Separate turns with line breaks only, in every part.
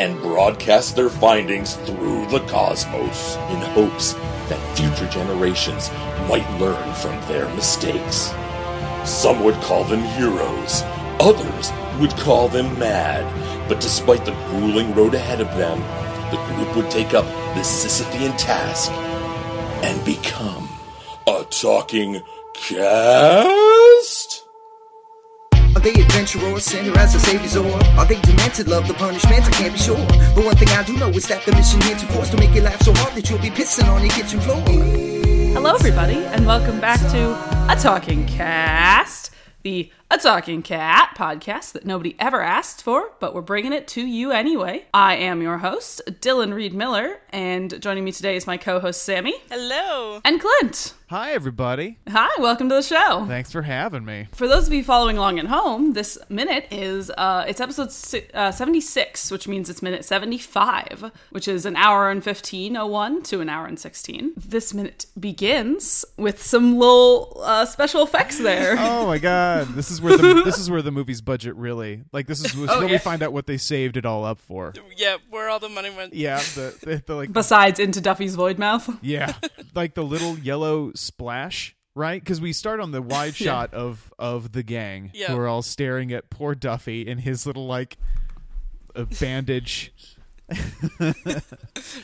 and broadcast their findings through the cosmos in hopes that future generations might learn from their mistakes. Some would call them heroes, others would call them mad, but despite the grueling road ahead of them, the group would take up this Sisyphean task and become a talking cast?
Are they adventurers, samurais, or saviors, or are they demented? Love the punishment, I can't be sure. But one thing I do know is that the mission here to force to make you laugh so hard that you'll be pissing on your kitchen floor.
Hello, everybody, and welcome back to A Talking Cast, the A Talking Cat podcast that nobody ever asked for, but we're bringing it to you anyway. I am your host, Dylan Reed Miller, and joining me today is my co host, Sammy,
Hello.
and Clint.
Hi, everybody.
Hi, welcome to the show.
Thanks for having me.
For those of you following along at home, this minute is uh, it's episode si- uh, seventy six, which means it's minute seventy five, which is an hour and fifteen oh one to an hour and sixteen. This minute begins with some little uh, special effects there.
Oh my god, this is where the this is where the movie's budget really like this is, this is where
yeah.
we find out what they saved it all up for.
Yeah, where all the money went.
Yeah, the, the, the like
Besides into Duffy's void mouth,
yeah, like the little yellow splash, right? Because we start on the wide shot of of the gang
Yeah.
who are all staring at poor Duffy in his little like a bandage.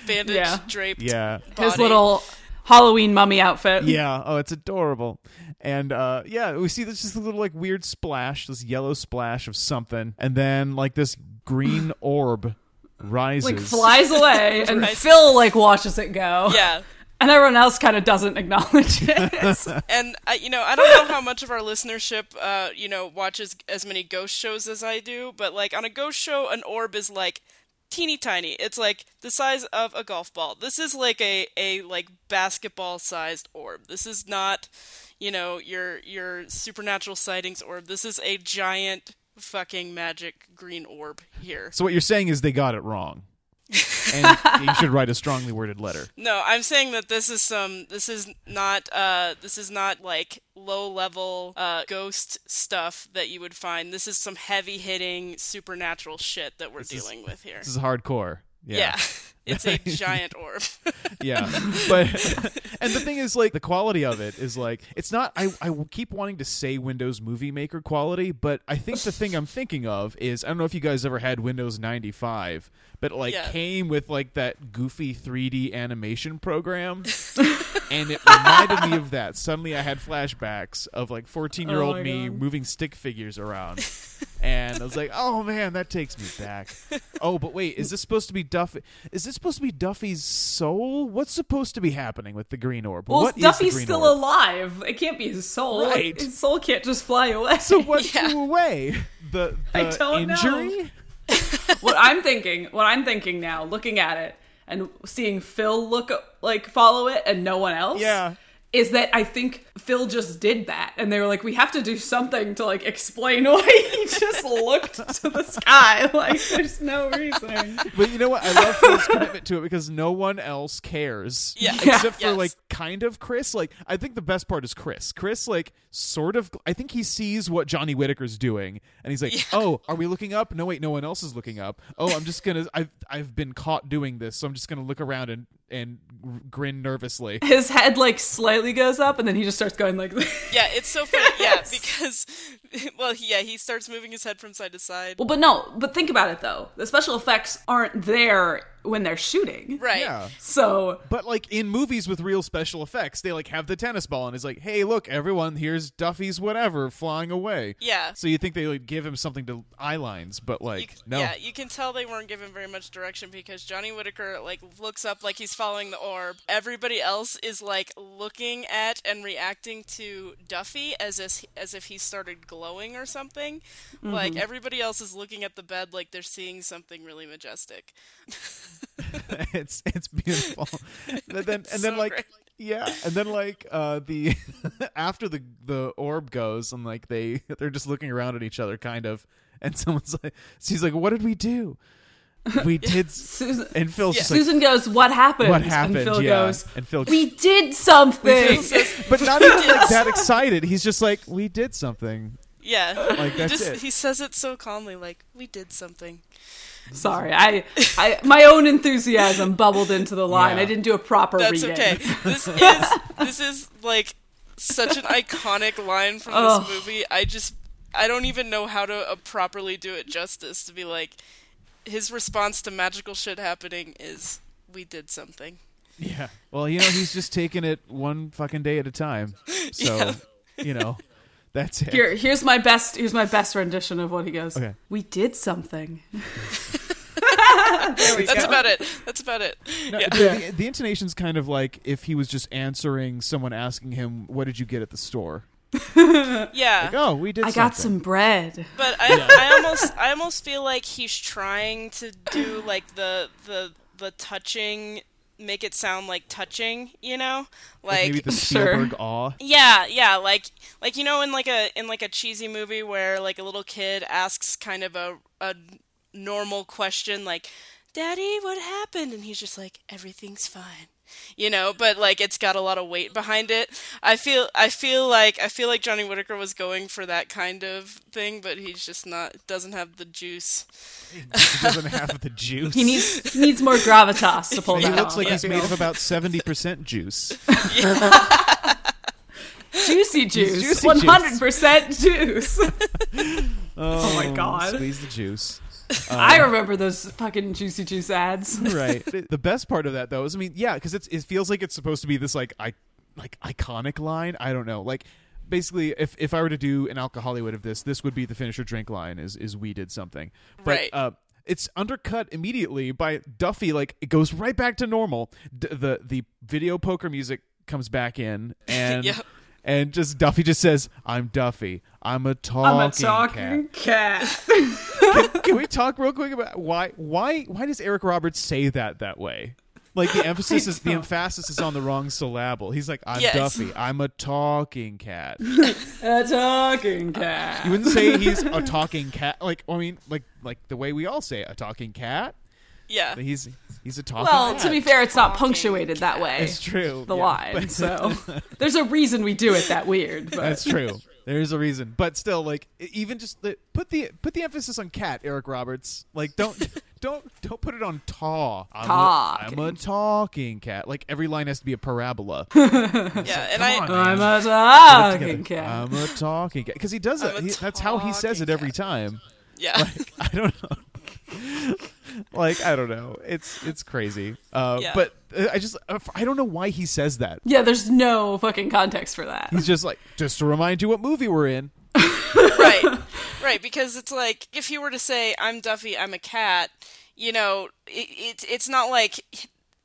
Bandage
Yeah.
draped.
Yeah.
his
body.
little Halloween mummy outfit.
Yeah. Oh, it's adorable. And uh, yeah, we see this just a little like weird splash, this yellow splash of something, and then like this green orb rises.
like flies away, and
Right.
Phil like watches it go.
Yeah.
and everyone else kind of doesn't acknowledge it.
And I, you know, I don't know how much of our listenership, uh, you know, watches as many ghost shows as I do, but like on a ghost show, an orb is like teeny tiny. It's like the size of a golf ball. This is like a a like basketball sized orb. This is not, you know, your your supernatural sightings orb. This is a giant fucking magic green orb here.
So what you're saying is they got it wrong. and you should write a strongly worded letter.
No, I'm saying that this is some. This is not. Uh, this is not like low level uh, ghost stuff that you would find. This is some heavy hitting supernatural shit that we're dealing with here.
This is hardcore.
yeah. it's a giant orb.
yeah but and the thing is like the quality of it is like it's not I, I keep wanting to say windows movie maker quality but i think the thing i'm thinking of is i don't know if you guys ever had windows 95 but it, like
Yeah.
came with like that goofy 3d animation program and it reminded me of that suddenly i had flashbacks of like 14 year
Oh
old
my
me
God.
moving stick figures around and I was like, "Oh man, that takes me back." Oh, but wait, is this supposed to be Duffy? Is this supposed to be Duffy's soul? What's supposed to be happening with the green orb?
Well,
What is the
Duffy's
green
still
orb?
alive. It can't be his soul.
Right.
His soul can't just fly away.
So what flew away? The, the
I don't know.
injury?
what I'm thinking, what I'm thinking now, looking at it and seeing Phil look like follow it and no one else.
Yeah.
Is that I think Phil just did that, and they were like, "We have to do something to like explain why he just looked to the sky. Like, there's no reason."
But you know what? I love Phil's commitment to it because no one else cares.
Yeah. Yeah.
Except for
Yes.
like kind of Chris. Like I think the best part is Chris. Chris like sort of I think he sees what Johnny Whitaker's doing and he's like, "Oh, are we looking up? No, wait, no one else is looking up. Oh, I'm just going to I've I've been caught doing this, so I'm just going to look around and and gr- grin nervously."
His head like slightly goes up, and then he just starts going like, this.
yeah, it's so funny. Yeah, because well, he- yeah, he starts moving his head from side to side.
"Well, but no." But think about it though. The special effects aren't there when they're shooting,
Right.
Yeah.
So
But like in movies with real special effects, they like have the tennis ball and it's like, "Hey, look, everyone, here's Duffy's whatever flying away."
Yeah.
So you think they would give him something to eye lines, but
You
like
c-
no.
Yeah, you can tell they weren't given very much direction because Johnny Whitaker like looks up like he's following the orb. Everybody else is like looking at and reacting to Duffy as if, as if he started glowing or something. Like everybody else is looking at the bed like they're seeing something really majestic.
it's it's beautiful. But then and then
so
like
great.
Yeah, and then like uh the after the the orb goes and like they they're just looking around at each other kind of, and someone's like, she's like, "What did we do? We did." s-"
Susan,
And Phil's just like,
Susan goes, "What happened?"
"What happened?"
And Phil
yeah,
goes,
and Phil,
"We did something."
but not even like that excited. He's just like, "We did something."
Yeah.
Like,
He
that's
just
it.
he says it so calmly, like, we did something.
Sorry, I, I my own enthusiasm bubbled into the line.
Yeah.
I didn't do a proper
That's
reading.
okay. This is this is like such an iconic line from
Ugh.
this movie. I just I don't even know how to uh, properly do it justice to be like his response to magical shit happening is we did something.
Yeah. Well, you know, he's just taking it one fucking day at a time. So, you know, that's it.
Here, here's my best. Here's my best rendition of what he goes.
Okay.
We did something.
That's about it. That's about it.
No,
yeah.
Uh, the, the, the intonation's kind of like if he was just answering someone asking him, "What did you get at the store?"
yeah.
Oh, we did.
I got
something.
some bread.
But I, I almost I almost feel like he's trying to do like the the the touching make it sound like touching, you know? Like
maybe the
sure.
Spielberg awe.
Yeah, yeah, like like you know in like a in like a cheesy movie where like a little kid asks kind of a a normal question like Daddy, what happened? And he's just like everything's fine. You know, but like it's got a lot of weight behind it. I feel I feel like I feel like Johnny Whitaker was going for that kind of thing, but he's just not doesn't have the juice.
He doesn't have the juice.
He needs he needs more gravitas to pull
He
that
looks
off.
like
I
he's made
feel.
of about seventy percent juice.
juicy juice,
juicy Uh,
one hundred percent juice.
Oh,
my God.
Squeeze the juice.
I remember those fucking juicy juice ads.
right. The best part of that though is, I mean, yeah, because it's it feels like it's supposed to be this like I like iconic line. I don't know, like basically, if if I were to do an alcoholiwood of this, this would be the finisher drink line. Is is we did something, but
Right.
uh, it's undercut immediately by Duffy. Like it goes right back to normal. D- the the video poker music comes back in and.
Yep.
And just Duffy just says, "I'm Duffy. I'm a talking,
I'm a talking
cat."
cat.
Can we talk real quick about why why why does Eric Roberts say that that way? Like the emphasis is the emphasis is on the wrong syllable. He's like, I'm
Yes.
Duffy. I'm a talking cat. You
a talking cat.
wouldn't say he's a talking cat. Like I mean, like like the way we all say it, a talking cat.
Yeah.
He's he's a talking.
Well,
cat.
to be fair, it's not punctuated that way.
it's true.
the
yeah.
line.
But-
So there's a reason we do it that weird. But
That's true. There is a reason, but still, like e- even just the, put the put the emphasis on cat, Eric Roberts. Like don't don't don't put it on taw. I'm A, I'm a
Talking.
talking cat. Like every line has to be a parabola.
yeah, and
Come
I
on,
I'm
man.
a
Put it together. Um,
talking cat.
I'm a talking cat because he does
I'm
that.
a
He- that's how he says it
talking
every time.
yeah.
I don't know. like I don't know. It's it's crazy. Uh,
Yeah.
But uh, I just uh, I don't know why he says that.
yeah, there's no fucking context for that.
He's just like just to remind you what movie we're in.
right right because it's like if he were to say i'm duffy i'm a cat you know it, it, it's not like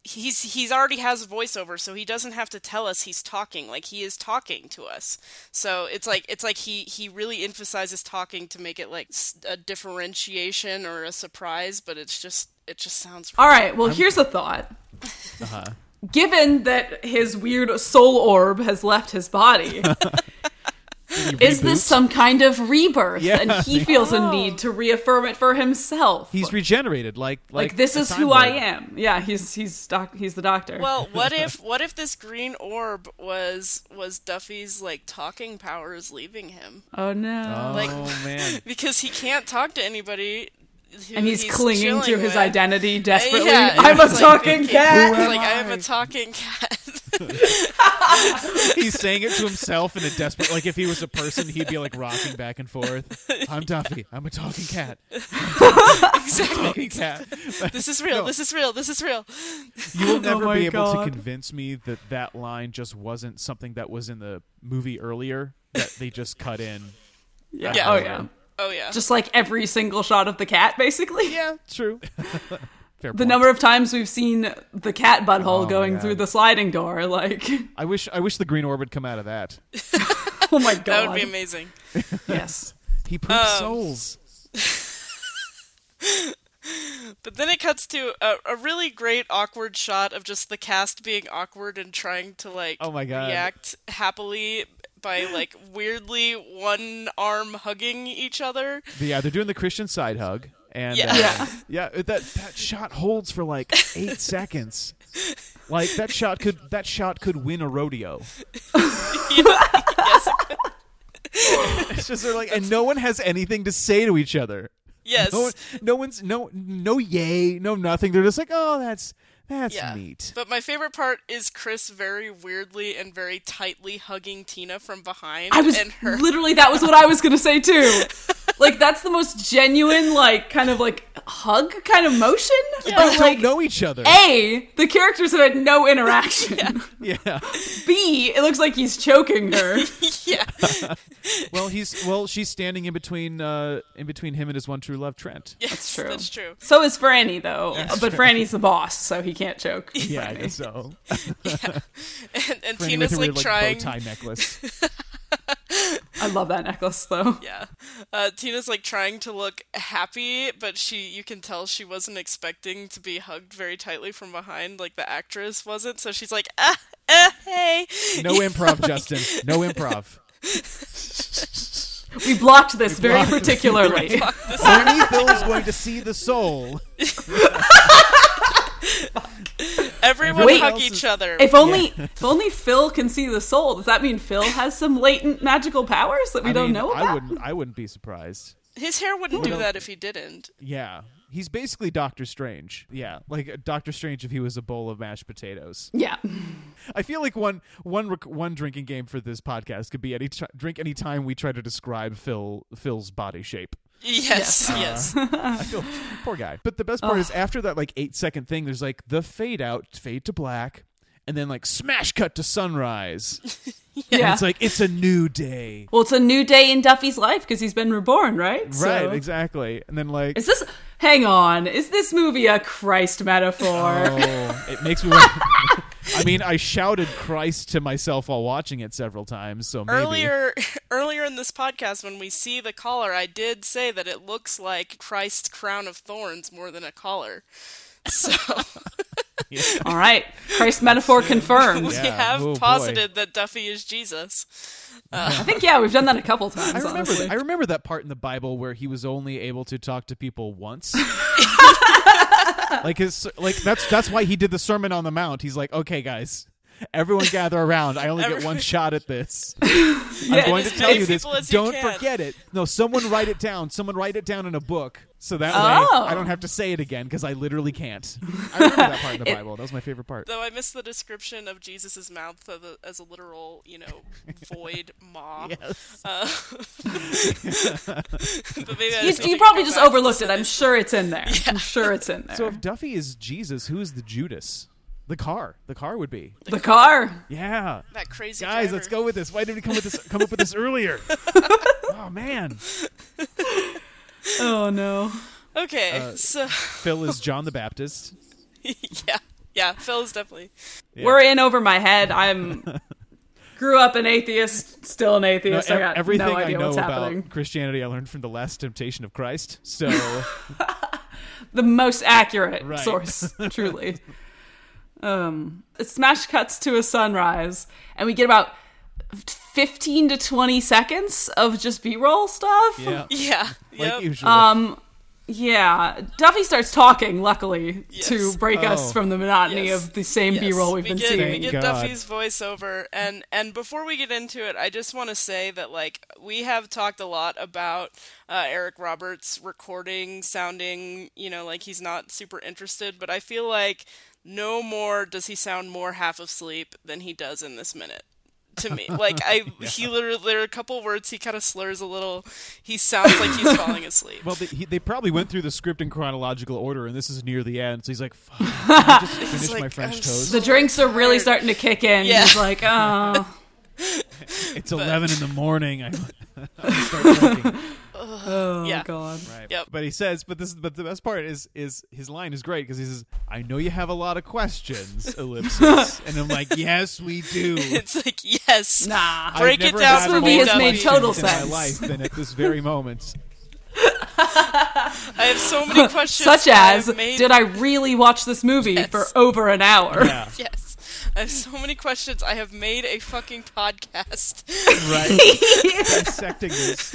he's he's already has a voiceover so he doesn't have to tell us he's talking like he is talking to us so it's like it's like he he really emphasizes talking to make it like s- a differentiation or a surprise but it's just it just sounds
All right. Well, here's a thought.
Uh-huh.
Given that his weird soul orb has left his body, is this some kind of rebirth?
Yeah.
And he feels a need to reaffirm it for himself.
He's regenerated. Like like,
like, this
a
is
Time
who I
Lord.
am. Yeah, he's he's doc- he's the doctor.
well what if what if this green orb was was duffy's like talking powers leaving him
oh no.
like
Oh man.
because he can't talk to anybody. who
and he's, clinging to
chilling
his
with.
identity desperately.
yeah,
I'm a
it's like-
talking cat.
He's
Who am
like, I am
I?
a talking cat.
He's saying it to himself in a desperate like if he was a person he'd be like rocking back and forth. I'm Duffy. I'm a talking cat.
exactly.
Talking cat.
This is real.
No.
This is real. This is real.
You will never
Oh my
be able
God.
to convince me that that line just wasn't something that was in the movie earlier that they just cut in.
Yeah.
Yeah.
Oh yeah.
Oh yeah.
Just like every single shot of the cat, basically.
Yeah, true. Fair
The number of times we've seen the cat butthole
Oh,
going
yeah.
through the sliding door, like,
I wish I wish the green orb would come out of that.
oh my god,
that would be amazing.
yes.
He poops souls.
But then it cuts to a, a really great awkward shot of just the cast being awkward and trying to like
Oh my God.
react happily by like weirdly one arm hugging each other.
But yeah, they're doing the Christian side hug, and
Yeah.
uh, yeah, that that shot holds for like eight seconds. Like that shot could that shot could win a rodeo. it's just they're like, and no one has anything to say to each other.
Yes.
No, one, no one's no no yay, no nothing. They're just like, oh, that's that's
yeah.
neat.
But my favorite part is Chris very weirdly and very tightly hugging Tina from behind
I was
and her
literally that was what I was gonna say too. like that's the most genuine, like kind of like hug kind of motion.
They
But
don't
like
know each other.
A, the characters have had no interaction.
yeah.
B, it looks like he's choking her.
Yeah.
Well, he's well. She's standing in between uh in between him and his one true love, Trent.
Yes,
That's true.
That's true.
So is Franny though. Uh, but Franny's the boss, so he can't choke.
Yeah, I guess so.
And, and
Franny
Tina's
with her
like
weird,
trying
bow tie necklace.
I love that necklace though.
Yeah. Uh, Tina's like trying to look happy, but she you can tell she wasn't expecting to be hugged very tightly from behind, like the actress wasn't. So she's like, ah, ah hey.
No improv, Justin. No improv.
We blocked this very
blocked-
particularly.
Only Phil is going to see the soul.
Everyone
Wait.
hug
else
each
is-
other.
If only if only Phil can see the soul, does that mean Phil has some latent magical powers that we
I
don't
mean,
know about?
I wouldn't. I wouldn't be surprised.
His hair wouldn't do that if he didn't.
Yeah, he's basically Doctor Strange. Yeah, like uh, Doctor Strange if he was a bowl of mashed potatoes.
Yeah.
I feel like one one rec- one drinking game for this podcast could be any tr- drink any time we try to describe Phil Phil's body shape.
Yes, yes.
Uh.
I feel poor guy. But the best part is after that like eight second thing, there's like the fade out, fade to black, and then like smash cut to sunrise. And
Yeah.
it's like it's a new day.
well, it's a new day in Duffy's life because he's been reborn, right?
Right, exactly. And then like
Is this? Hang on. Is this movie a Christ metaphor?
oh, it makes me. want- I mean, I shouted Christ to myself while watching it several times. So maybe.
Earlier, earlier in this podcast, when we see the collar, I did say that it looks like Christ's crown of thorns more than a collar. So
All right. Christ metaphor confirmed.
we
Yeah.
have
Oh, boy.
posited that Duffy is Jesus.
I think yeah, we've done that a couple times.
I remember.
honestly.
I remember that part in the Bible where he was only able to talk to people once. like his, like that's that's why he did the Sermon on the Mount. He's like, okay, guys, everyone gather around. I only get one shot at this. I'm going to
as
tell
many
you this.
people as you
Don't
can.
forget it. No, someone write it down. Someone write it down in a book so that
Oh.
way I don't have to say it again because I literally can't. I remember that part in the Bible. That was my favorite part.
Though I missed the description of Jesus' mouth of a- as a literal, you know, void maw. Uh, but maybe I
You,
just need
you
to
probably
go
just
back.
overlooked it. I'm sure it's in there. I'm sure it's in there.
So if Duffy is Jesus, who is the Judas? The car. The car would be.
the car.
Yeah.
that crazy
Guys,
driver.
let's go with this. Why did we come with this? Come up with this earlier? oh man,
Oh no.
Okay,
Uh,
so
Phil is John the Baptist.
yeah, yeah, Phil is definitely.
We're in over my head. I'm grew up an atheist, still an
No,
atheist.
e-
I got
everything
no
I
idea
know
what's
about
happening.
Christianity, I learned from the Last Temptation of Christ. So
the most accurate
Right.
source, truly. um, smash cuts to a sunrise, and we get about fifteen to twenty seconds of just B-roll stuff.
yeah,
Yeah,
like
Um,
yep.
usual.
Yeah. Duffy starts talking, luckily, to
Yes.
break us
Oh.
from the monotony
Yes.
of the same
Yes.
B-roll we've
we
been
get,
seeing.
We
Thank
get
God.
Duffy's voiceover, and and before we get into it, I just want to say that like we have talked a lot about uh, Eric Roberts recording, sounding, you know, like he's not super interested, but I feel like no more does he sound more half of sleep than he does in this minute. To me, like I, he literally there are a couple words he kind of slurs a little. He sounds like he's falling asleep.
well, they, he, they probably went through the script in chronological order, and this is near the end. So he's like, "Fuck, can I just finish my
like,
French
I'm
toast.
The drinks are really starting to kick in.
Yeah.
He's like, oh,
it's eleven in the morning. I, I start drinking.
oh
Yeah.
God.
Right.
Yep.
But he says, but this, but the best part is, is his line is great because he says, "I know you have a lot of questions, ellipsis," and I'm like, "Yes, we do."
it's like yes,
Nah.
Break it
I've never
down
had more
for me has made
questions
total
in my
sense.
life than at this very moment.
I have so many questions.
Such
that
as,
I've made-
did I really watch this movie for over an hour?
Yeah.
Yes. I have so many questions. I have made a fucking podcast.
Right. Dissecting this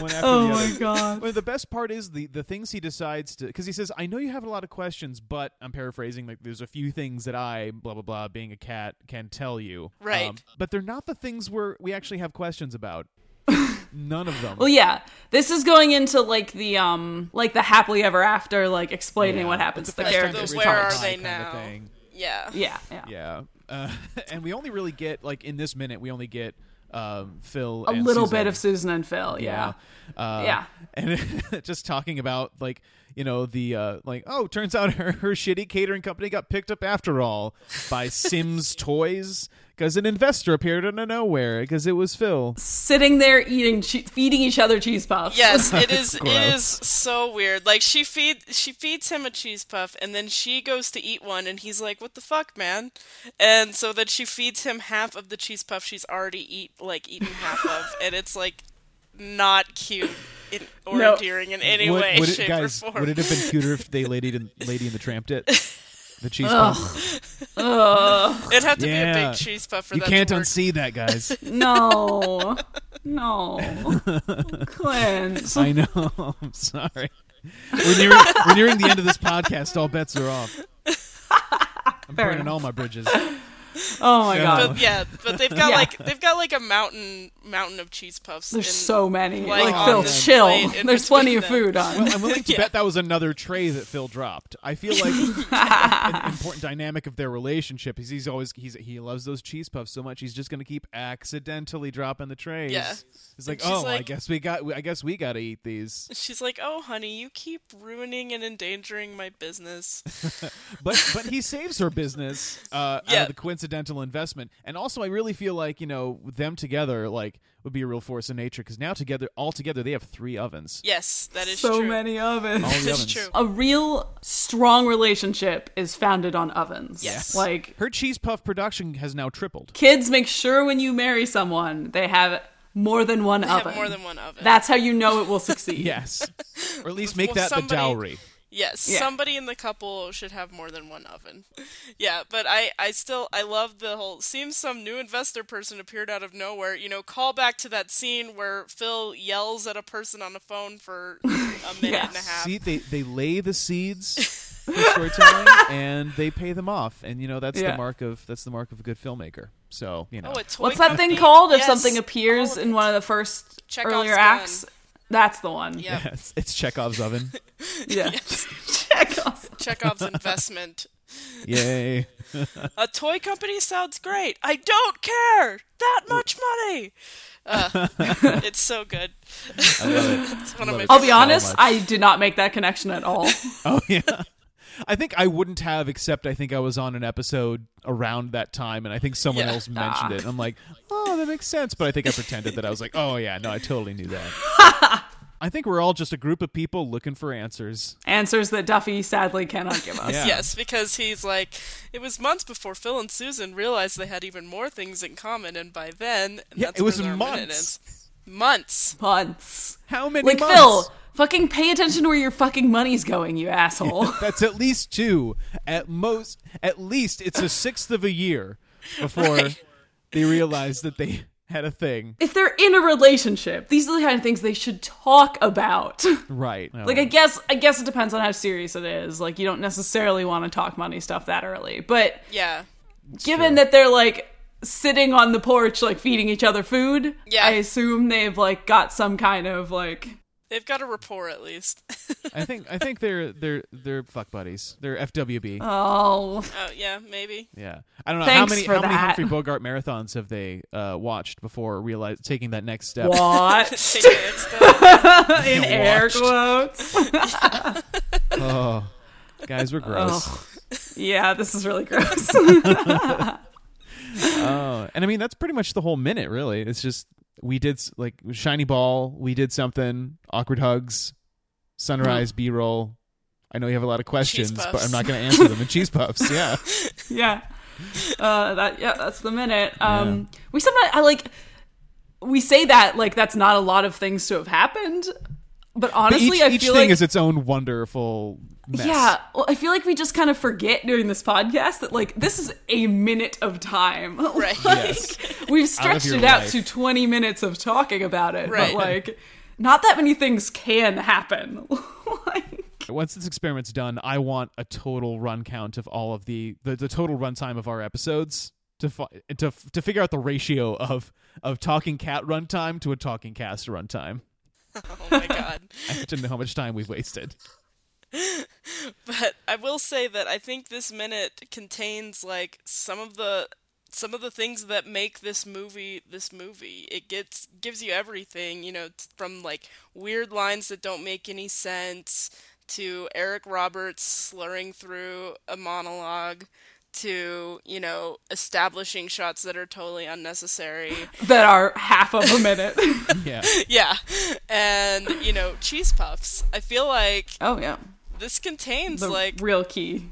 one after
Oh
the
my
other.
god.
Well, the best part is the the things he decides to because he says, "I know you have a lot of questions, but I'm paraphrasing. Like, there's a few things that I blah blah blah, being a cat, can tell you. Um,
Right.
but they're not the things where we actually have questions about. None of them.
Well, yeah. This is going into like the um, like the happily ever after, like explaining what happens to the
first time
characters.
that we Where are
parts.
they
Kind of
now?
thing.
Yeah.
Yeah, yeah.
Yeah, uh, and we only really get like in this minute, we only get um, Phil
A
and
little
Susan.
bit of Susan and Phil. Yeah.
Uh,
Yeah.
And just talking about like you know the uh, like oh turns out her, her shitty catering company got picked up after all by Sims Toys because an investor appeared out of nowhere because it was Phil.
Sitting there eating, che- feeding each other cheese puffs.
Yes, it is. it
gross.
is so weird. Like she feed she feeds him a cheese puff, and then she goes to eat one, and he's like, "What the fuck, man?" And so then she feeds him half of the cheese puff she's already eat like eaten half of, and it's like not cute in, or
No.
endearing in any
would,
way,
would it,
shape,
guys,
or form.
would it have been cuter if they lady and lady and the tramped it? The cheese puff.
It'd have to be a
Yeah.
big cheese puff for
You
that.
can't
to work.
unsee that, guys.
No. no. Clint.
I know. I'm sorry. We're nearing, we're nearing the end of this podcast. All bets are off. I'm burning
enough.
all my bridges.
Oh my god.
But yeah, but they've got
Yeah.
like they've got like a mountain mountain of cheese puffs.
There's
in-
so many.
like,
Like,
on
Phil,
the
chill.
plate in
There's plenty of
between
food on.
I'm willing to bet that was another tray that Phil dropped. I feel like an important dynamic of their relationship is he's always he's he loves those cheese puffs so much he's just going to keep accidentally dropping the trays.
Yeah.
It's like,
And she's
"Oh, I
like-
guess we got I guess we got to eat these."
She's like, "Oh, honey, you keep ruining and endangering my business."
But but he saves her business uh out
Yeah.
of the coincidental investment. And also I really feel like, you know, them together like would be a real force in nature cuz now together all together they have 3 ovens.
Yes, that is
So
true.
many ovens.
All the
That's
ovens.
true.
A real strong relationship is founded on ovens.
Yes.
Like
Her cheese puff production has now tripled.
kids make sure when you marry someone they have more than one
I
oven.
have more than one oven.
That's how you know it will succeed.
Yes. Or at least make
Well,
that the
somebody-
dowry.
yes,
Yeah.
somebody in the couple should have more than one oven. Yeah, but I, I still I love the whole seems some new investor person appeared out of nowhere. You know, call back to that scene where Phil yells at a person on the phone for a minute and a half.
See, they, they lay the seeds for storytelling and they pay them off. And you know, that's
Yeah.
the mark of that's the mark of a good filmmaker. So, you know.
oh, it's
What's that thing called if something appears in one of the first
Chekhov's
earlier
gun.
acts? That's the one.
Yeah.
it's, it's Chekhov's oven.
Yeah. Chekhov's.
Chekhov's investment.
Yay.
A toy company sounds great. I don't care that much money. Uh, it's so good. it's one of my.
I'll be honest,
much.
I did not make that connection at all.
Oh yeah. I think I wouldn't have, except I think I was on an episode around that time, and I think someone
Yeah.
else mentioned it. And I'm like, oh, that makes sense. But I think I pretended that I was like, oh yeah, no, I totally knew that. I think we're all just a group of people looking for answers.
Answers that Duffy sadly cannot give us.
Yeah.
Yes, because he's like, it was months before Phil and Susan realized they had even more things in common, and by then, and
Yeah,
that's
it was
where their minute
months.
ends. Months.
Months.
How many
Like
months?
Phil, fucking pay attention to where your fucking money's going, you asshole.
That's at least two. At most, at least it's a sixth of a year before they realize that they had a thing.
if they're in a relationship, these are the kind of things they should talk about.
Right.
like I guess I guess it depends on how serious it is. Like you don't necessarily want to talk money stuff that early. But
Yeah.
given that they're like sitting on the porch like feeding each other food,
Yeah.
I assume they've like got some kind of like
They've got a rapport at least.
I think I think they're they're they're fuck buddies. They're FWB.
oh
oh, yeah, maybe.
yeah. I don't know how
thanks
many
for
how many
that.
Humphrey Bogart marathons have they uh, watched before realize taking that next step.
what
Take it and stuff.
in air quotes.
Oh. Guys, we're gross.
Ugh. Yeah, this is really gross.
Oh, and I mean that's pretty much the whole minute, really. It's just we did s- like shiny ball, we did something, awkward hugs, sunrise B roll. I know you have a lot of questions, but
puffs.
I'm not going to answer them. And cheese puffs, yeah.
yeah. Uh, that yeah, that's the minute. Um, we sometimes I like we say that like that's not a lot of things to have happened. But honestly,
each,
I
each
feel
thing
like
is its own wonderful mess.
yeah. Well, I feel like we just kind of forget during this podcast that like this is a minute of time. Like,
Right.
Yes.
We've
Out of
stretched
your
it out
life.
to twenty minutes of talking about it,
Right.
but like not that many things can happen. like,
Once this experiment's done, I want a total run count of all of the the, the total runtime of our episodes to fi- to f- to figure out the ratio of of talking cat runtime to a talking cast runtime.
Oh my god.
I need to know how much time we've wasted.
But I will say that I think this minute contains like some of the some of the things that make this movie this movie. It gets gives you everything, you know, t- from like weird lines that don't make any sense to Eric Roberts slurring through a monologue to, you know, establishing shots that are totally unnecessary.
that are half of a minute.
Yeah.
yeah. And, you know, cheese puffs. I feel like
oh yeah,
this contains
the
like
real key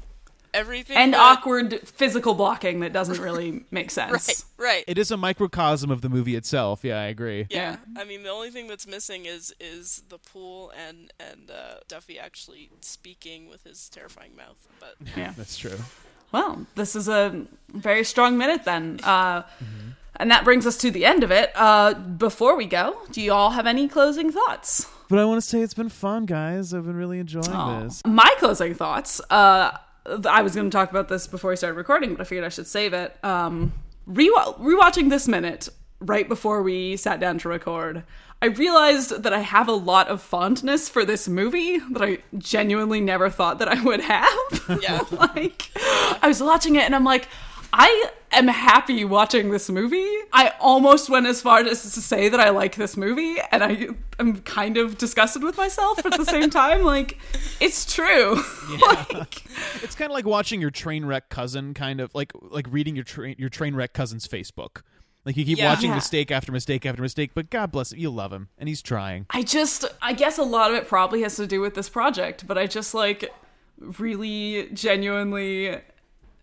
everything
and
that-
awkward physical blocking that doesn't really make sense.
Right, right.
It is a microcosm of the movie itself. Yeah, I agree.
yeah. I mean, the only thing that's missing is is the pool and and uh, Duffy actually speaking with his terrifying mouth. But
That's true.
Well, this is a very strong minute then. Uh, And that brings us to the end of it. Uh, before we go, do you all have any closing thoughts?
But I want to say it's been fun, guys. I've been really enjoying this.
My closing thoughts uh, th- I was going to talk about this before we started recording, but I figured I should save it. Um, rewa- rewatching this minute right before we sat down to record, I realized that I have a lot of fondness for this movie that I genuinely never thought that I would have.
yeah,
like I was watching it and I'm like, I am happy watching this movie. I almost went as far as to say that I like this movie, and I am kind of disgusted with myself but at the same time. Like, it's true. like,
It's kind of like watching your train wreck cousin, kind of like like reading your train your train wreck cousin's Facebook. Like you keep
Yeah.
watching
Yeah.
mistake after mistake after mistake, but God bless him, you love him, and he's trying.
I just, I guess a lot of it probably has to do with this project, but I just like really genuinely.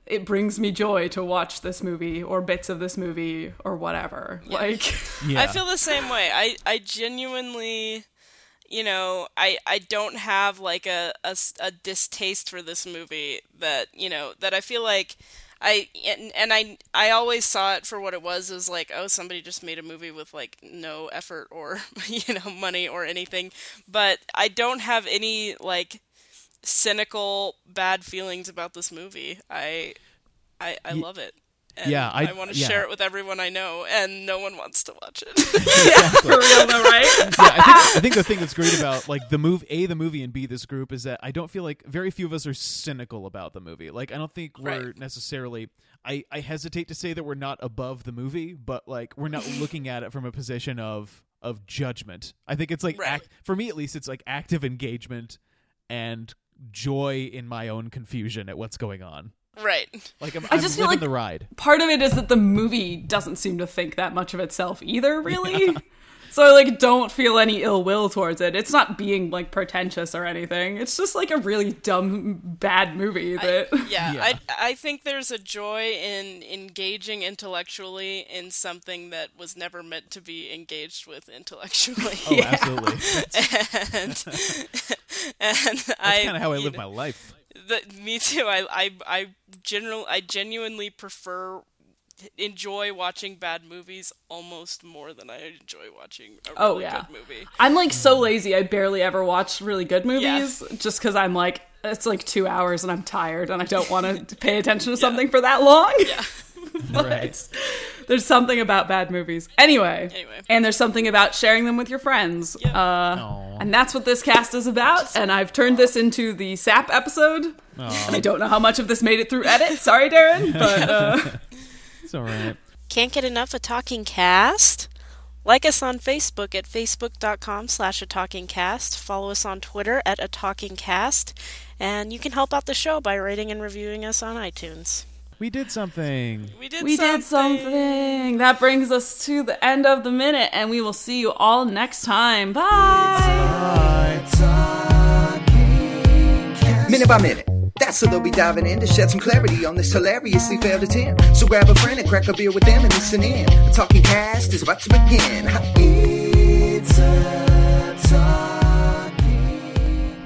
It brings me joy to watch this movie or bits of this movie or whatever. Like,
Yeah,
I feel the same way. I I genuinely. You know, I, I don't have like a, a s- a distaste for this movie that you know that I feel like I and, and I I always saw it for what it was. It was like, oh, somebody just made a movie with like no effort or you know money or anything. But I don't have any like cynical bad feelings about this movie. I I, I love it. And
yeah, I-
I, want to
yeah.
share it with everyone I know, and no one wants to watch it.
for real though, right?
Yeah, I, think, I think the thing that's great about like the move a the movie and b this group is that I don't feel like very few of us are cynical about the movie. Like I don't think we're
Right.
necessarily. I I hesitate to say that we're not above the movie, but like we're not looking at it from a position of of judgment. I think it's like
Right.
act, for me at least, it's like active engagement and joy in my own confusion at what's going on.
right.
Like I'm,
I
I'm
just feel like-
living the ride.
part of it is that the movie doesn't seem to think that much of itself either, really. So I like don't feel any ill will towards it. It's not being like pretentious or anything. It's just like a really dumb bad movie that
Yeah,
Yeah.
I I think there's a joy in engaging intellectually in something that was never meant to be engaged with intellectually.
Oh, absolutely. That's,
and and I
that's kind of how I
you
live
know,
my life.
The, me too. I I I general I genuinely prefer enjoy watching bad movies almost more than I enjoy watching a really
Oh, yeah.
good movie.
I'm like so lazy. I barely ever watch really good movies just cuz I'm like it's like 2 hours and I'm tired and I don't want to pay attention to something for that long.
Right.
There's something about bad movies. Anyway,
Anyway.
and there's something about sharing them with your friends. Uh, and that's what this cast is about. And I've turned this into the SAP episode. And I don't know how much of this made it through edit. Sorry, Darren, but uh,
It's all right.
Can't get enough of Talking Cast? Like us on Facebook at facebook.com slash a talking cast. Follow us on Twitter at a talking cast. And you can help out the show by rating and reviewing us on iTunes.
We did something.
We did
we did something. That brings us to the end of the minute, and we will see you all next time. Bye.
Minute by minute. That's what they'll be diving in to shed some clarity on this hilariously failed attempt. So grab a friend and crack a beer with them and listen in. The talking cast is about to begin. It's a talking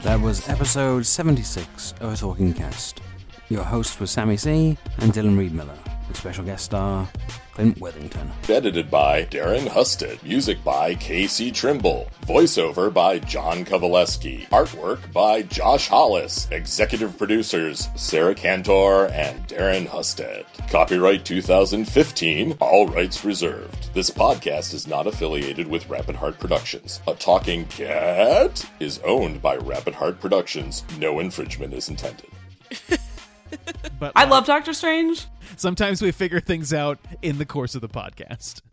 That was episode 76 of A Talking Cast. Your hosts were Sammy C. and Dylan Reed Miller, with special guest star Clint Worthington.
Edited by Darren Husted. Music by Casey Trimble. Voiceover by John Kovaleski. Artwork by Josh Hollis. Executive producers Sarah Cantor and Darren Husted. Copyright 2015. All rights reserved. This podcast is not affiliated with Rapid Heart Productions. A Talking Cat is owned by Rapid Heart Productions. No infringement is intended.
But
I
like,
love Doctor Strange.
Sometimes we figure things out in the course of the podcast.